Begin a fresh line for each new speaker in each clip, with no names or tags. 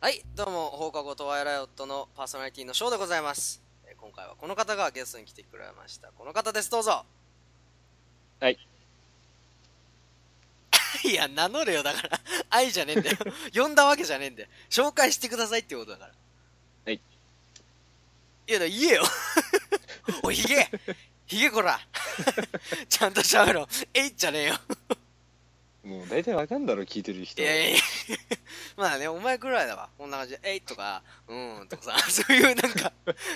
はい、どうも、放課後トワイライオットのパーソナリティのショーでございます。えー今回はこの方がゲストに来てくれました。この方です、どうぞ。
はい。
いや、名乗れよ、だから。 愛じゃねえんだよ。呼んだわけじゃねえんだよ。紹介してくださいってことだから。
はい。
いや、だから言えよ。 おい、ひげひげこら ちゃんと喋ろう。えいっじゃねえよ。
もう大体わかんだろ、聞いてる人。
いやいやいや まあね、お前くらいだわ。こんな感じで、えいとか、うーんとかさ、 そういうなんか、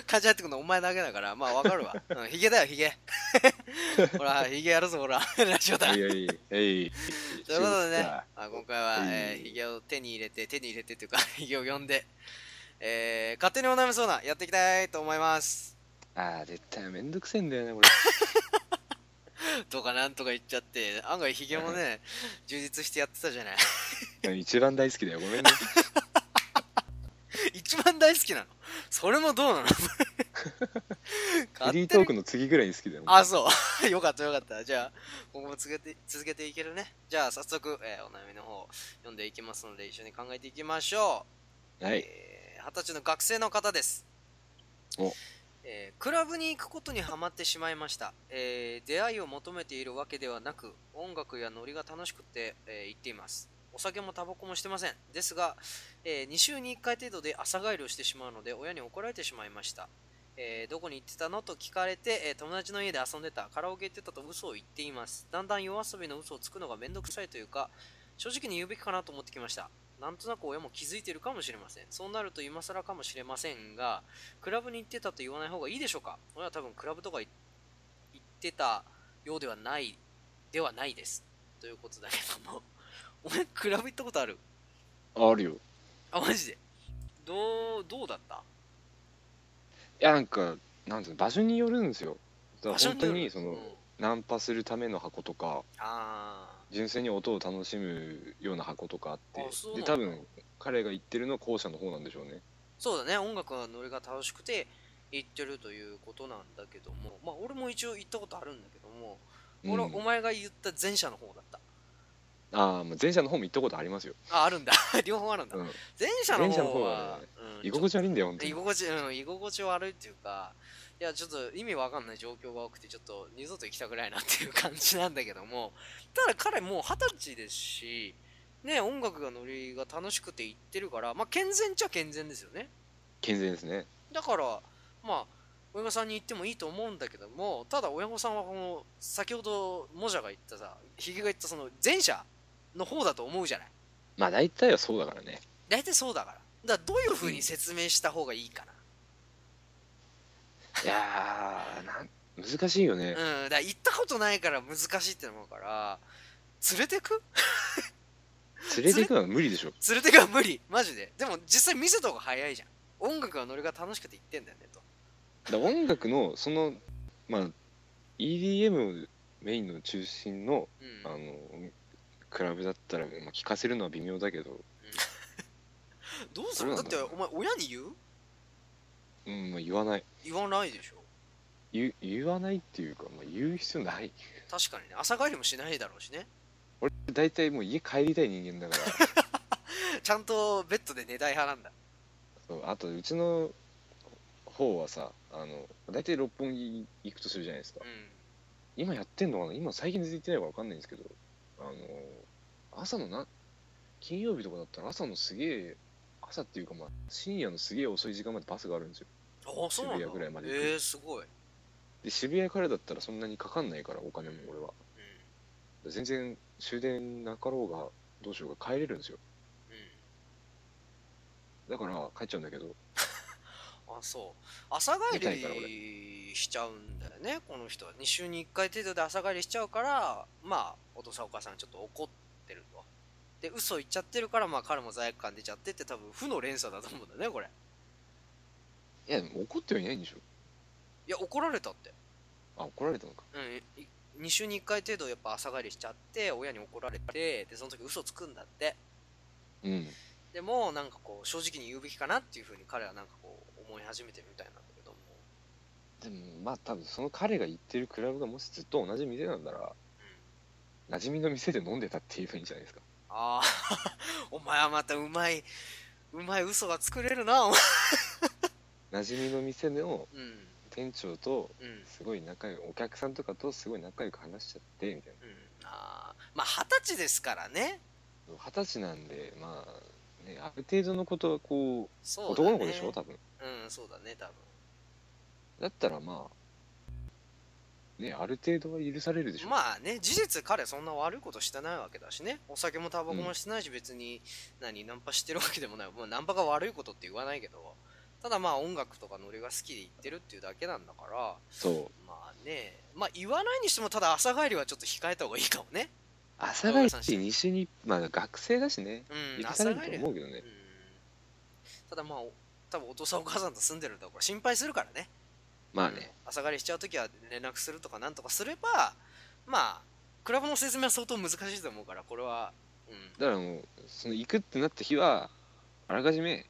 感じやってくるのお前だけだから、まあわかる わ。うん、ヒゲだよ、ヒゲ。ほら、ヒゲやるぞ、ほら、 ラジオだ。と
い
いう
やいやいや。
うことでね、
は
まあ、今回は、えー、ヒゲを手に入れて、手に入れてというか、 ヒゲを呼んで、えー、勝手にお悩みそうな、やっていきたいと思います。
ああ、絶対めんどくせえんだよね、これ。
とかなんとか言っちゃって、案外ヒゲも ね、充実してやってたじゃない。
一番大好きだよ、ごめんね。
一番大好きなのそれもどうなの
フ
勝手
リ
に
ートークの次ぐらいに好きだよ。
あ、そう よかったよかったじゃあ今後も続けて続けていけるねじゃあ早速、えーお悩みの方読んでいきますので一緒に考えていきましょう
はい。
えー二十、歳の学生の方です
お
えークラブに行くことにはまってしまいました、えー出会いを求めているわけではなく音楽やノリが楽しくて、えー行っていますお酒もタバコもしてませんですが、え2週に1回程度で朝帰りをしてしまうので親に怒られてしまいました、えーどこに行ってたのと聞かれて、えー友達の家で遊んでたカラオケ行ってたと嘘を言っていますだんだん夜遊びの嘘をつくのがめんどくさいというか正直に言うべきかなと思ってきましたなんとなく親も気づいているかもしれませんそうなると今更かもしれませんがクラブに行ってたと言わない方がいいでしょうか親は多分クラブとかい行ってたようではないではないですということだけども お前クラブ行ったことある
あるよ。い
あマジでどうどうだった
や、なんか、なんていうの、場所によるんですよ。だから
場所
本当
よ
に、
る
そ
うん
の、ナンパするための箱とか、
あ
純粋に音を楽しむような箱とかあって
あそう、なん
で、
だ
多分、彼が言ってるのは後者の方なんでしょうね。
ーそうだね音楽のノリが楽しくて行ってるということなんだけどもまあ俺も一応行ったことあるんだけども、俺
うん
お前が言った前者の方だった
ああ、まあ前者の方も行ったことありますよ。
ああるんだ 両方あるんだ、
うん
前者の
前者の
方
方
は
は
うん
居心地悪いんだよ、本当
居
に。
心地、うん、居心地悪いっていうか、いや、ちょっと意味わかんない状況が多くて、ちょっと二度と行きたくないなっていう感じなんだけども、ただ彼もう二十歳ですし、ね、音楽がノリが楽しくて行ってるから、まあ、健全っちゃ健全ですよね。
健全ですね。
だから、まあ、親御さんに言ってもいいと思うんだけども、ただ親御さんはこの、先ほど、もじゃが言ったさ、ひげが言ったその、前者の方だと思うじゃない。
まあ大体はそうだからね。
大体そうだから。だからどういう風に説明した方がいいかな。
いやーなん難しいよね、
うん、だから行ったことないから難しいってのもあるから、連れてく
連れていくのは無理でしょ
連れてくは無理、マジで。でも実際見せた方が早いじゃん。音楽はノリが楽しくて行ってんだよねと。
だから音楽のそのまあ EDM をメインの中心の
うん
あ。のクラブだったら、まあ、聞かせるのは微妙だけど、
どうする
ど
だ
うな
っ
ん
て
だろう
お前親に言う
うんまあ、言わない
言わないでしょ。
言う言わないっていうか、まあ、言う必要ない
確かにね、朝帰りもしないだろうしね。
俺大体もう家帰りたい人間だから
ちゃんとベッドで寝たい派なんだ。
そうあとうちの方はさあの大体六本木行くとするじゃないですか
う
今やってんのかな今最近全然行ってないから分かんないんですけどあの朝のな金曜日とかだったら朝のすげえ朝っていうかまあ深夜のすげえ遅い時間までバスがあるんですよ
ん。あ、そうなんだ。
渋谷ぐらいまで行く
えー、すごい。
で渋谷からだったらそんなにかかんないからお金も俺は
うん。
全然終電なかろうがどうしようが帰れるんですよ
う
だから帰っちゃうんだけど
ん。あ、そう。朝帰
寝たいから
りしちゃうんだよね、この人は。2週に1回程度で朝帰りしちゃうから、まあ、お父さんお母さんちょっと怒ってると。で、嘘言っちゃってるから、まあ彼も罪悪感出ちゃってって多分負の連鎖だと思うんだね、これ。
いやでも怒ってはいないんでしょ
いや、怒られたって。
あ怒られたのか
うん。2週に1回程度やっぱ朝帰りしちゃって、親に怒られて、で、その時嘘つくんだって。
うん
でも、なんかこう、正直に言うべきかなっていうふうに彼はなんかこう、思い始めてるみたいなんだけども。
でもまあ多分その彼が行ってるクラブがもしずっと同じ店なんだら 馴染みの店で飲んでたっていうふうにじゃないですか
ああ、お前はまたうまい、うまい嘘が作れるなお前
馴染みの店の
うん
店長と
うん
すごい仲良いお客さんとかとすごい仲良く話しちゃってみたい
うんあーまあ二十歳ですからね
な二十歳なんでまあねある程度のことはこう
そうだね
男の子でしょ多分
うんそうだね多分
だったらまあねある程度は許されるでしょ、
まあね事実彼そんな悪いことしてないわけだしねお酒もタバコもしてないし別に何ナンパしてるわけでもない、まあ、ナンパが悪いことって言わないけどただまあ音楽とかノリが好きで行ってるっていうだけなんだから
そう
まあねまあ言わないにしてもただ朝帰りはちょっと控えた方がいいかもね
朝帰り西にまあ学生だしね
うん
許
朝
さ
帰
れ
りは
ると思うけどね、
うんただまあお多分お父さんお母さんと住んでるんだから心配するからね
まあね
朝帰りしちゃうときは連絡するとかなんとかすればまあクラブの説明は相当難しいと思うからこれは、うん、
だからもうその行くってなった日はあらかじめ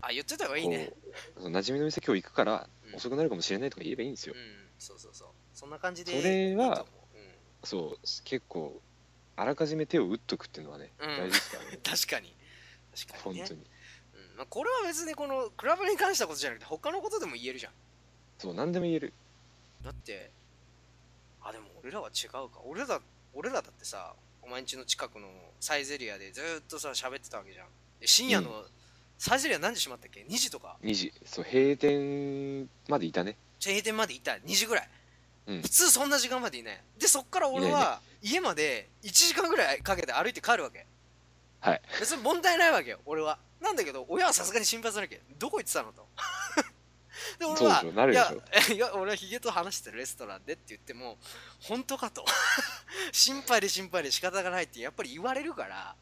あ言ってた方が
こ
いいね
うその馴染みの店今日行くから
うん
遅くなるかもしれないとか言えばいいんで
う
すよ
ん、そうそうそうそんな感じで
それはい
いと思う
そう結構あらかじめ手を打っとくっていうのはね、
うん
大事ですから ね
うん、確かに確か
本
にね
当に
うんまあ、これは別にこのクラブに関したことじゃなくて他のことでも言えるじゃん
そう何でも言える
だってあでも俺らは違うか俺ら俺らだってさお前ん家の近くのサイゼリアでずーっとさ喋ってたわけじゃんで深夜の、サイゼリア何時閉まったっけ2時とか
2時そう閉店までいたね
閉店までいた2時ぐらい、
うん
普通そんな時間までいないでそっから俺
いない
は家まで1時間ぐらいかけて歩いて帰るわけ
はい
別に問題ないわけよ俺はなんだけど親はさすがに心配するわけどこ行ってたのと で俺
そうで
は
しょなる
い
でし
や
ょ
いや俺はヒゲと話してるレストランでって言っても本当かと 心配で心配で仕方がないってやっぱり言われるから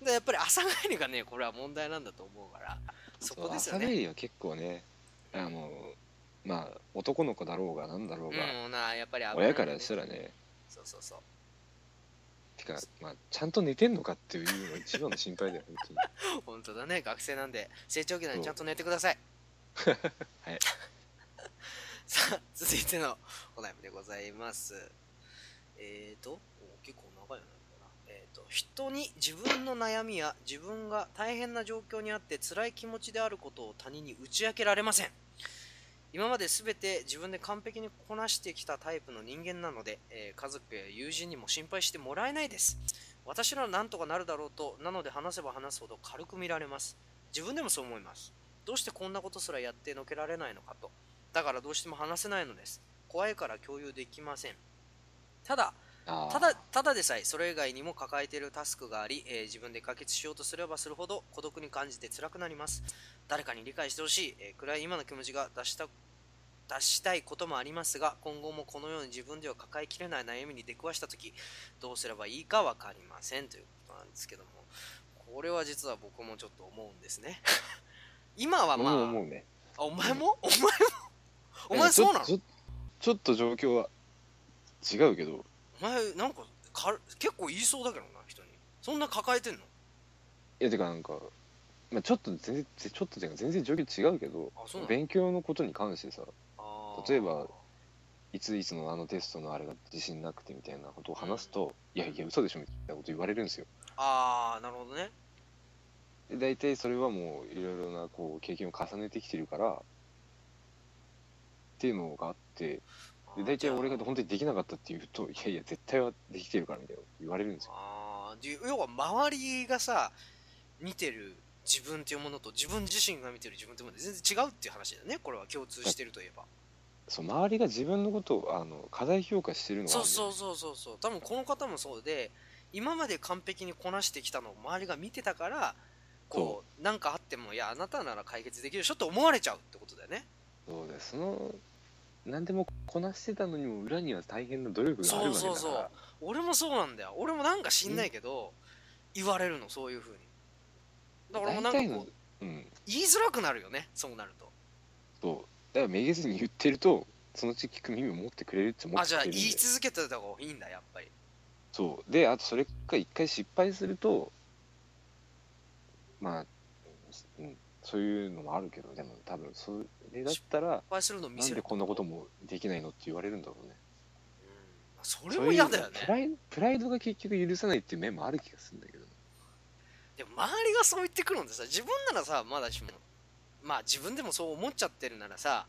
でやっぱり朝帰りがねこれは問題なんだと思うからそこですよ
そう朝
ね
帰りは結構ねあのまあ男の子だろうがなんだろうが、
うんなやっぱり危ないよね
親からしたらね
そうそうそう
てか、まあ、ちゃんと寝てんのかっていうのが一番の心 配だよ本当に
本当だね学生なんで成長期なんでちゃんと寝てください
はい
さあ続いてのお悩みでございますえーとお結構長いのかなえーと人に自分の悩みや自分が大変な状況にあって辛い気持ちであることを他人に打ち明けられません今まで全て自分で完璧にこなしてきたタイプの人間なので、えー家族や友人にも心配してもらえないです私ならなんとかなるだろうとなので話せば話すほど軽く見られます自分でもそう思いますどうしてこんなことすらやってのけられないのかとだからどうしても話せないのです怖いから共有できませんただ
あー
ただただでさえそれ以外にも抱えているタスクがあり、えー自分で解決しようとすればするほど孤独に感じて辛くなります誰かに理解してほしい、えー暗い今の気持ちが出した出したいこともありますが今後もこのように自分では抱えきれない悩みに出くわした時どうすればいいか分かりませんということなんですけどもこれは実は僕もちょっと思うんですね 今はまあ
もうもうね
あお前もお前もお前そうなの
ちょちょちょっと状況は違うけど
お前なんかか結構言いそうだけどな人にそんな抱えてんの
いやてかなんか、まあ、ちょっと全然ちょっとていうか全然状況違うけど
あそうなの
勉強のことに関してさ
あー
例えばいついつのあのテストのあれが自信なくてみたいなことを話すと、いやいや嘘でしょみたいなこと言われるんですよ
ああなるほどね
で大体それはもういろいろなこう経験を重ねてきてるからっていうのがあってで大体俺が本当にできなかったって言うといやいや絶対はできてるからみたいなこと言われるんですよ
あーで要は周りがさ見てる自分っていうものと自分自身が見てる自分っていうもので全然違うっていう話だよねこれは共通してるといえば
そう周りが自分のことをあの過大評価してるのがあ
そ
る
うん
だ
そ
よ
うそうそうそう多分この方もそうで今まで完璧にこなしてきたのを周りが見てたからこうなんかあってもいやあなたなら解決できるでしょって思われちゃうってことだよね
そうだよその何でもこなしてたのにも裏には大変な努力があるわけだか
そ
ら
うそうそう俺もそうなんだよ俺もなんか知んないけど言われるのそういうふうにだからもうなんか
大体
こ
の
う
うん
言いづらくなるよねそうなると
そうだからめげずに言ってるとそのうち聞く耳を持ってくれるって思
あ
って
じ
く
ゃあ
れるん
言
だ
い
よ
続けてた方がいいんだやっぱり
そうであとそれか一回失敗するとまあ、うん、そういうのもあるけどでも多分それだったら
失敗するの見
なん
せ
で
る
こんなこともできないのって言われるんだろうね
うんまあそれも嫌だよ
そういうプラ
ね
イプライドが結局許さないっていう面もある気がするんだけど
でも周りがそう言ってくるんでさ自分ならさまだしもまあ自分でもそう思っちゃってるならさ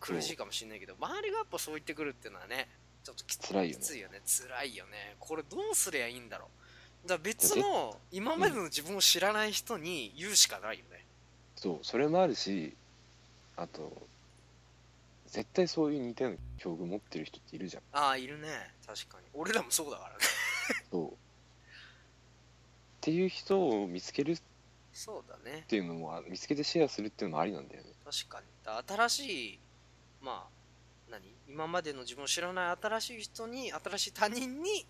苦しいかもしれないけど周りがやっぱそう言ってくるっていうのはねちょっときつ
辛いよね
きついよね辛いよねこれどうすりゃいいんだろうだから別の今までの自分を知らない人に言うしかないよね、
そうそれもあるしあと絶対そういう似たような境遇持ってる人っているじゃん
ああいるね確かに俺らもそうだからね
そうっていう人を見つけるっ
そうだね
ていうのもあ見つけてシェアするっていうのもありなんだよね
確かにだ新しいまあ何今までの自分を知らない新しい人に新しい他人に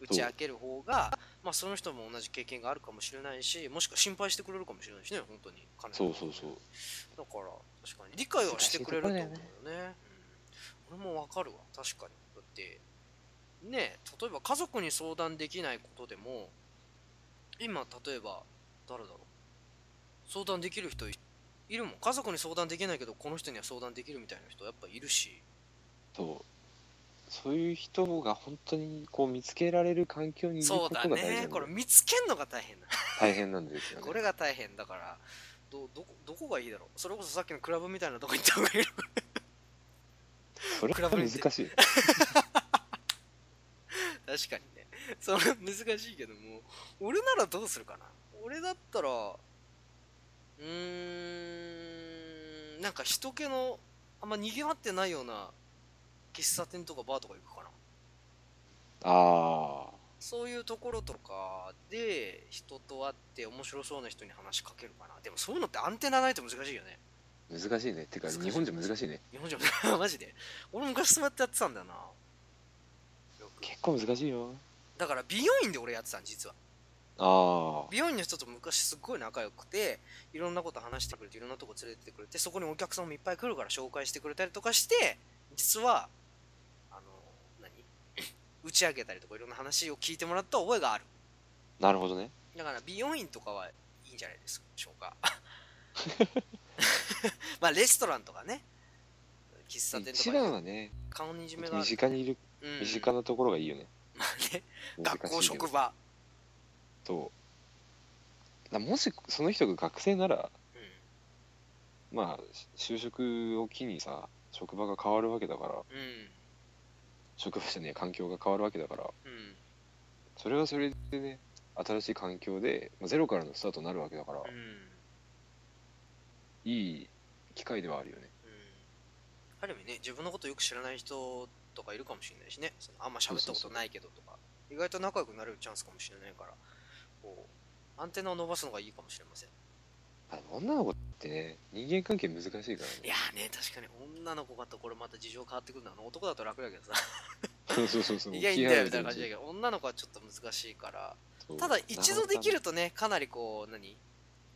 打ち明ける方がまあその人も同じ経験があるかもしれないしもしくは心配してくれるかもしれないしね本当に彼
そ
女
うそうそう
だから確かに理解はしてくれると思うよね
難しい
う
と
ん、俺もわかるわ確かにだってねえ例えば家族に相談できないことでも今例えば誰だろう相談できる人いいるもん家族に相談できないけどこの人には相談できるみたいな人やっぱいるし
そうそういう人が本当にこう見つけられる環境にいる
そ
こ
う
と
だ
が大事な
ね
んだ
こ
よ
れ見つけんのが大変だ
大変なんですよね
これが大変だからどどこどこがいいだろうそれこそさっきのクラブみたいなとこ行った方がいいのか
それが難
比べ
しい
確かにねそれ難しいけども俺ならどうするかな俺だったらうーんなんか人気のあんま賑わってないような喫茶店とかバーとか行くかな
ああ
そういうところとかで人と会って面白そうな人に話しかけるかなでもそういうのってアンテナないと難しいよね
難しいねてか
難しい
日本じゃ難しいね
日本じゃ マジで俺昔そうやってやってたんだよなよく
結構難しいよ
だから美容院で俺やってたん実は
ああ
美容院の人と昔すっごい仲良くていろんなこと話してくれていろんなとこ連れてってくれてそこにお客さんもいっぱい来るから紹介してくれたりとかして実はあの何 打ち上げたりとかいろんな話を聞いてもらった覚えがある
なるほどね
だから美容院とかはいいんじゃないでしょう かまあレストランとかね喫茶店
一
とか
番
ね
はね
顔にいじめがある、
身近にいる
うん
身近なところがいいよね
まあね
難しいけ
学
ど
校職場
そうだもしその人が学生なら
うん
まあし就職を機にさ職場が変わるわけだから
う
職場じゃねえ環境が変わるわけだから
んうん
それはそれでね新しい環境で、まあ、ゼロからのスタートになるわけだから、
うん
いい機会ではあるよね
うんある意味ね自分のことよく知らない人とかいるかもしれないしねそのあんま喋ったことないけどとか意外と仲良くなれるチャンスかもしれないからこうアンテナを伸ばすのがいいかもしれません
あでも女の子ってね人間関係難しいか らね
いやーね確かに女の子がとこれまた事情変わってくるのは男だと楽だけどさ
そうそうそうそう
いやいいんだよみたいな
置
感じ
き
だ
換え
けど女の子はちょっと難しいから
そう
ただ一度できるとねかなりこう何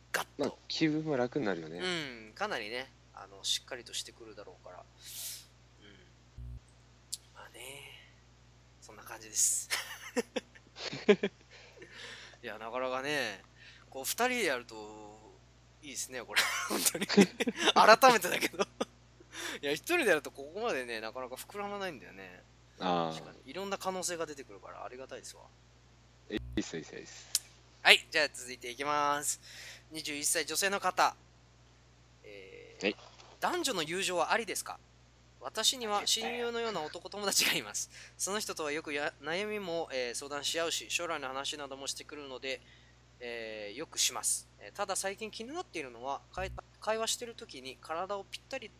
ガッ
まあ
と
気分も楽になるよね、
うん、かなりね、あのしっかりとしてくるだろうから、うん、まあね、そんな感じです。いや、なかなかね、こう2人でやるといいですね、これ、本当に。改めてだけど。いや、1人でやるとここまでね、なかなか膨らまないんだよね。
あ
確
あ
かにいろんな可能性が出てくるから、ありがたいですわ。
いいっすいいっすいいっす
はい、じゃあ続いていきます。21歳女性の方。えー
はい
男女の友情はありですか私には親友のような男友達がいます。その人とはよくや悩みも、えー相談し合うし、将来の話などもしてくるので、えーよくします。えーただ最近気になっているのは、会会話してる時に体をぴったり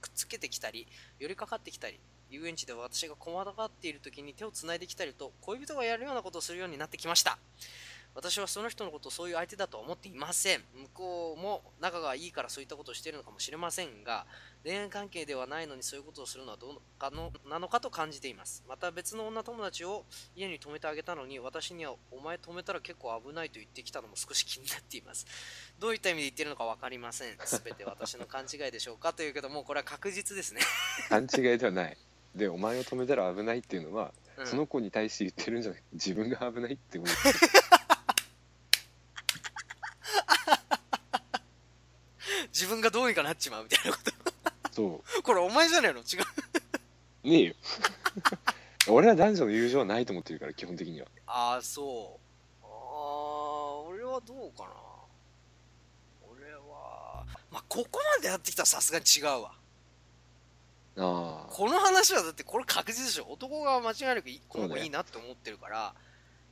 くっつけてきたり、寄りかかってきたり、遊園地で私が困がっている時に手をつないできたりと、恋人がやるようなことをするようになってきました。私はその人のことをそういう相手だとは思っていません向こうも仲がいいからそういったことをしているのかもしれませんが恋愛関係ではないのにそういうことをするのはどうかのなのかと感じていますまた別の女友達を家に泊めてあげたのに私にはお前泊めたら結構危ないと言ってきたのも少し気になっていますどういった意味で言ってるのか分かりません全て私の勘違いでしょうかというけどもうこれは確実ですね、
勘違いではないでお前を止めたら危ないっていうのは、
うん
その子に対して言ってるんじゃない自分が危ないって思う
自分がどうにかなっちまうみたいなこ
そ
とこれお前じゃないの違う
うねえよ 俺は男女の友情はないと思ってるから基本的には
ああそうああ俺ははどうかな俺は、まあ、ここまでやってきたらさすがに違うわ。
ああ
この話はだってこれ確実でしょ男側は間違いなくいこの
そう
子
だよ
いいなって思ってるから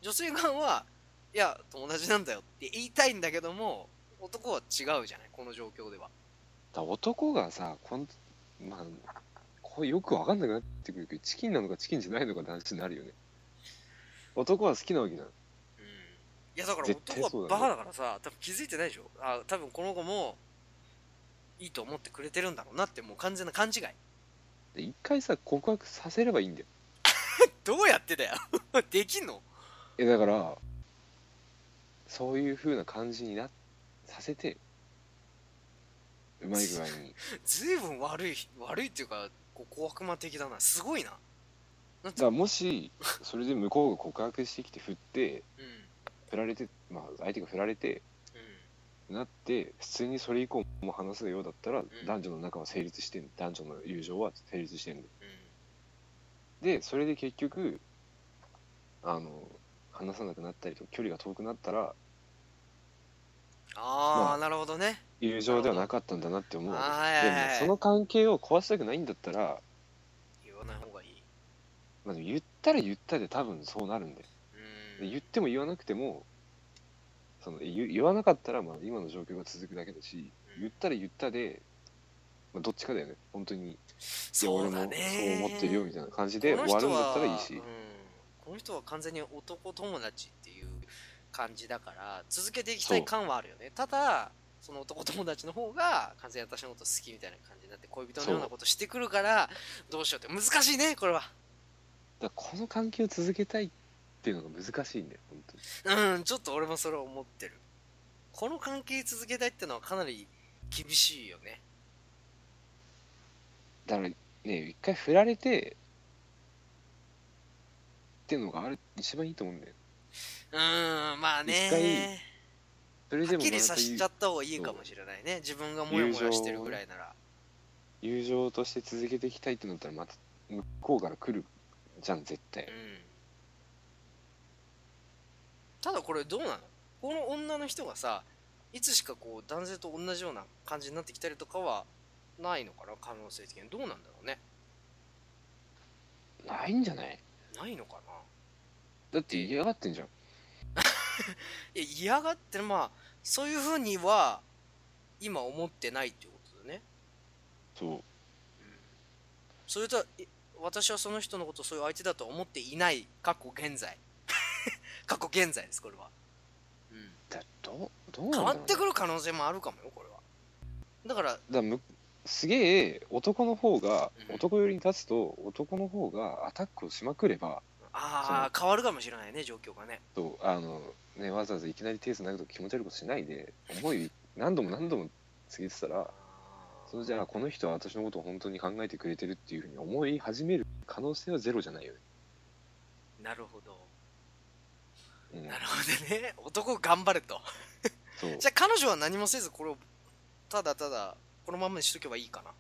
女性側はいや友達なんだよって言いたいんだけども男は違うじゃないこの状況では
だ男がさこんまあこれよく分かんなくなってくるけどチキンなのかチキンじゃないのかって話になるよね男は好きなわけじゃん
うんいやだから
絶対
男
そう
は
だ
バ
ね
カだからさ多分気づいてないでしょあ多分この子もいいと思ってくれてるんだろうなってもう完全な勘違い
で一回さ告白させればいいんだよ
どうやってだよ できんの
えだからそういう風な感じになさせてうまい具合に
ずいぶん悪い悪いっていうかこう小悪魔的だなすごいな
だからもしそれで向こうが告白してきて振って
うんうん
振られてまあ相手が振られてなって普通にそれ以降も話すようだったら
ん
男女の仲は成立してん男女の友情は成立してんだよ
うん
でそれで結局あの話さなくなったりとか距離が遠くなったら
あ
ま
あ
あ
なるほどね
友情ではなかったんだなって思うわけ
はいはい
で
はい
もその関係を壊したくないんだったら、
言わない方がいい。
まあ、言ったら言ったで多分そうなるんで
う
で
ん。
言っても言わなくてもその言言わなかったらまあ今の状況が続くだけだし
うん
言ったら言ったで、まあ、どっちかだよね本当にいや
そ
俺
う
も
だ
そう
ね。
思ってるよみたいな感じで
こ
終
の
わる
人
んだ
は
ったらいいし、
うん。この人は完全に男友達っていう感じだから、続けていきたい感はあるよね。ただ、その男友達の方が完全に私のこと好きみたいな感じになって恋人のようなことしてくるからどうしようって難しいねこれは
だからこの関係を続けたいっていうのが難しいんだよ本当に
うんちょっと俺もそれは思ってるこの関係続けたいってのはかなり厳しいよね
だからね一回振られてっていうのがあれ一番いいと思うんだよ
うーんまあね
一回それ
は
で
っ
も
き
ま
り
あ
させちゃった方がいいかもしれないね自分がモヤモヤしてるぐらいなら
友情として続けていきたいってなったらまた向こうから来るじゃん絶対
うんただこれどうなのこの女の人がさいつしかこう男性と同じような感じになってきたりとかはないのかな可能性的にどうなんだろうね
ないんじゃない
ないのかな
だって嫌がってんじゃん
いや嫌がってるまあそういうふうには今思ってないってことだね
そう
それとはい私はその人のことをそういう相手だとは思っていない過去現在 過去現在ですこれは、うん、
だどうどうな
変
んだろ
わ
う、ね、
ってくる可能性もあるかもよこれはだから
だからむすげえ男の方が
うん
男寄りに立つと男の方がアタックをしまくれば
ああ変わるかもしれないね状況がね
そうあの、ね、わざわざいきなり手つなぐとか気持ち悪いことしないで思い何度も何度も告げてたらそれじゃあこの人は私のことを本当に考えてくれてるっていうふうに思い始める可能性はゼロじゃないよね、
なるほど
うん
な、るほどね男頑張れと
そう
じゃあ彼女は何もせずこれをただただこのままにしとけばいいかな
だか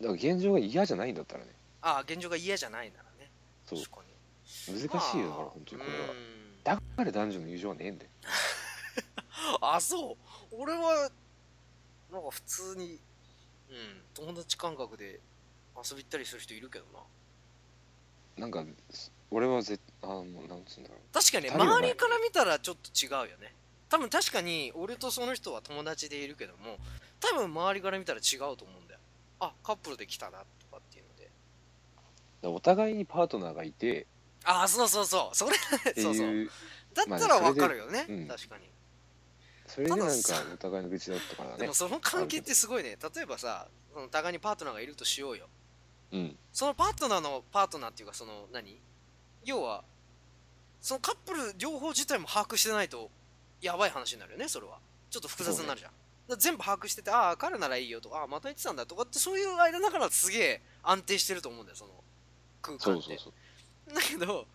ら現状が嫌じゃないんだったらね
ああ現状が嫌じゃないならね
そう
確かに
難しいよだから本当にこれは
れ
だから男女の友情はねえんだよ
はあそう俺はなんか普通にうん友達感覚で遊び行ったりする人いるけどな
なんか俺はぜあのなんつうんだろう
確かにね
足りない
周りから見たらちょっと違うよね多分確かに俺とその人は友達でいるけども多分周りから見たら違うと思うんだよあカップルで来たなとかっていうので
だからお互いにパートナーがいて
ああそうそうそうそれ
っ て
そうそう
いう
だったらわかるよね、
まあねそれでうん
確かに
それでなんか
たださ
お互いの愚痴だったから
で
ね
もその関係ってすごいね例えばさその互いにパートナーがいるとしようよ
うん
そのパートナーのパートナーっていうかその何要はそのカップル両方自体も把握してないとやばい話になるよねそれはちょっと複雑になるじゃん、だから全部把握しててああ彼ならいいよとかああまた言ってたんだとかってそういう間だからすげえ安定してると思うんだよその空
そ
間
う
っ
そう
て
そう
だけど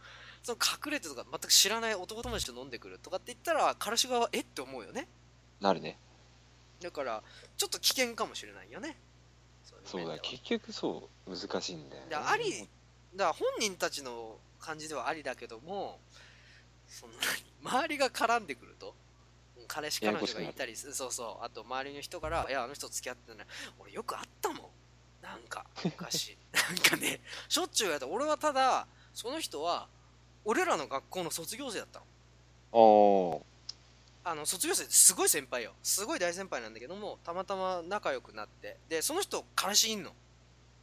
その隠れてとか全く知らない男友達と飲んでくるとかって言ったら彼氏側はえって思うよね
なるね
だからちょっと危険かもしれないよねそ
そうう
いう面
だ
では
結局そう難しいんだよね
だからありだから本人た ちの感じではありだけどもその何周りが絡んでくるとうん彼氏彼女がいたりすそうそうあと周りの人から「いやあの人付き合ってたね俺よくあったもんなんか 昔なんかねしょっちゅうやった俺はただその人は俺らの学校の卒業生だったの
あー
あの卒業生ってすごい先輩よすごい大先輩なんだけどもたまたま仲良くなってでその人彼氏いんの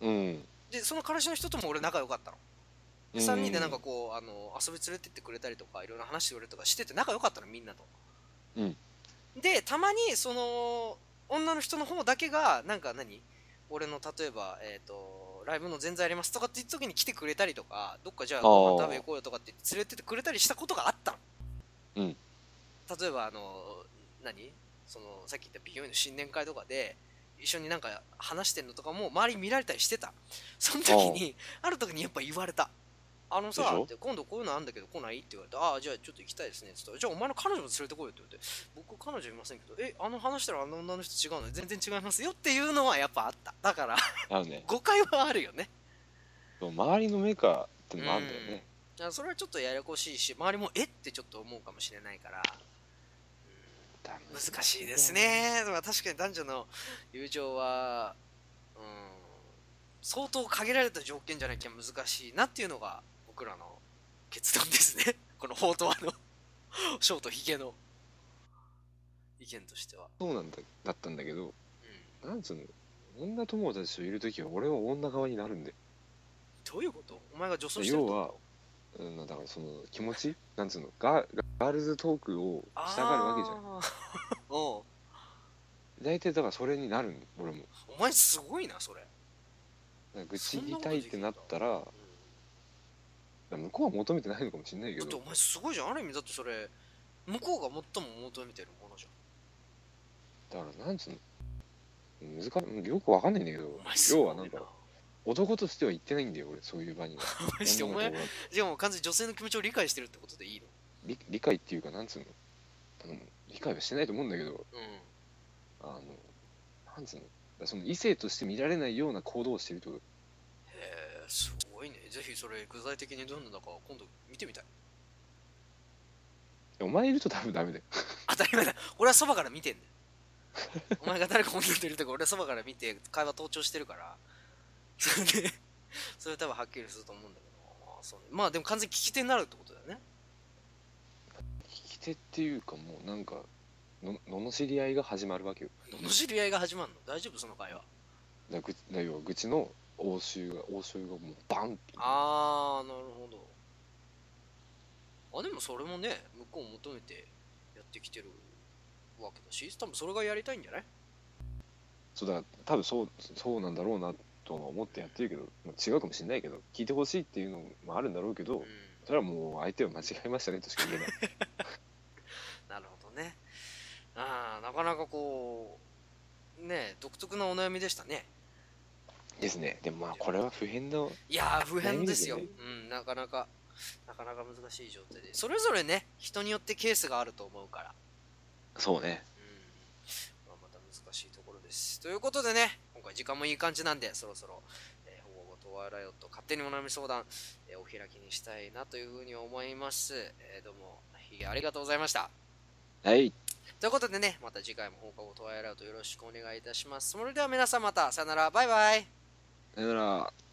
うん
でその彼氏の人とも俺仲良かったので3人でなんかこうあの遊び連れてってくれたりとかいろんな話してくれたりとかしてて仲良かったのみんなと、
うん
でたまにその女の人の方だけがなんか何俺の例えば、えー、とライブの前座やりますとかって言った時に来てくれたりとかどっかじゃあ
あー
ご飯食べ行こうよとかって連れてってくれたりしたことがあったの、
うん
例えばあの何そのさっき言った美容院の新年会とかで一緒になんか話してんのとかも周り見られたりしてたその時にある時にやっぱ言われたあの
でし
さ
ょ
って今度こういうのあんだけど来ないって言われてああじゃあちょっと行きたいですねって言ったらじゃあお前の彼女も連れてこいよって言われて僕彼女いませんけどえあの話したらあの女の人違うの全然違いますよっていうのはやっぱあっただから
あのね
誤解はあるよね
でも周りのメーカーってのもあるんだよね
だからそれはちょっとややこしいし周りもえってちょっと思うかもしれないから
だから
難しいですねだから確かに男女の友情はうん相当限られた条件じゃなきゃ難しいなっていうのが僕らの結論ですね このほうとわのショートヒゲの意見としては、
そうなんだだったんだけど
うん、
なんつうの女友達といる時は俺は女側になるんだよ
どういうことお前が女装してるっ
要
てこと
はうんだからその気持ちなんつうのガガールズトークをしたがるわけじゃん
あーおう
大体だからそれになるん俺も
お前すごいなそれ、
なんか愚痴言いたいってなったら向こうは求めてないのかもしれないけ
だってお
ど
前すごいじゃんある意味だってそれ向こうが最も求めてるものじ
だからなんつうの難しいよくわかんないんだけ
ゃん
ど
お前すご
要
い
はなんか男としては行ってないんだよ俺そういう場には
マジでお
女の
前
子が
じゃあもう完全に女性の気持ちを理解してるってことでいいの
理理解っていうかなんつうの多分理解はしてないと思うんだけど
うん
あのなんつうのだからその異性として見られないような行動をしてるってこと
へえすごいねぜひそれ具体的にどんなのか今度見てみたい
お前いると多分ダメだよ。
当たり前だ俺はそばから見てんだよお前が誰か女といるとか俺はそばから見て会話盗聴してるからそれでそれ多分はっきりすると思うんだけどあーそうねまあでも完全に聞き手になるってことだよね
聞き手っていうかもうなんかの罵り合いが始まるわけよ。
どの知り合いが始まるの大丈夫その会話
だぐだ要は愚痴の応酬が応酬がもうバンって
ああなるほどあでもそれもね向こう求めてやってきてるわけだし多分それがやりたいんじゃない
そうだから多分そうそうなんだろうなとは思ってやってるけど、まあ、違うかもしれないけど聞いてほしいっていうのもあるんだろうけ
う
ど
ん
それはもう相手は間違えましたねとしか言 えない。
なるほどねああなかなかこうね独特なお悩みでしたね
ですね。でもまあこれは普遍の
いやー不変ですよ、
悩み
うん、なかなかなかなか難しい状態でそれぞれね人によってケースがあると思うから
そうね。
うんまあ、また難しいところです。ということでね、今回時間もいい感じなんで、そろそろ、えー、保護後トワイライオット勝手にお悩み相談、えーお開きにしたいなというふうに思います。えーどうも、ヒゲありがとうございました。
はい。
ということでね、また次回も放課後トワイライオットよろしくお願いいたします。それでは皆さんまた、さよなら、バイバイ。
さよなら。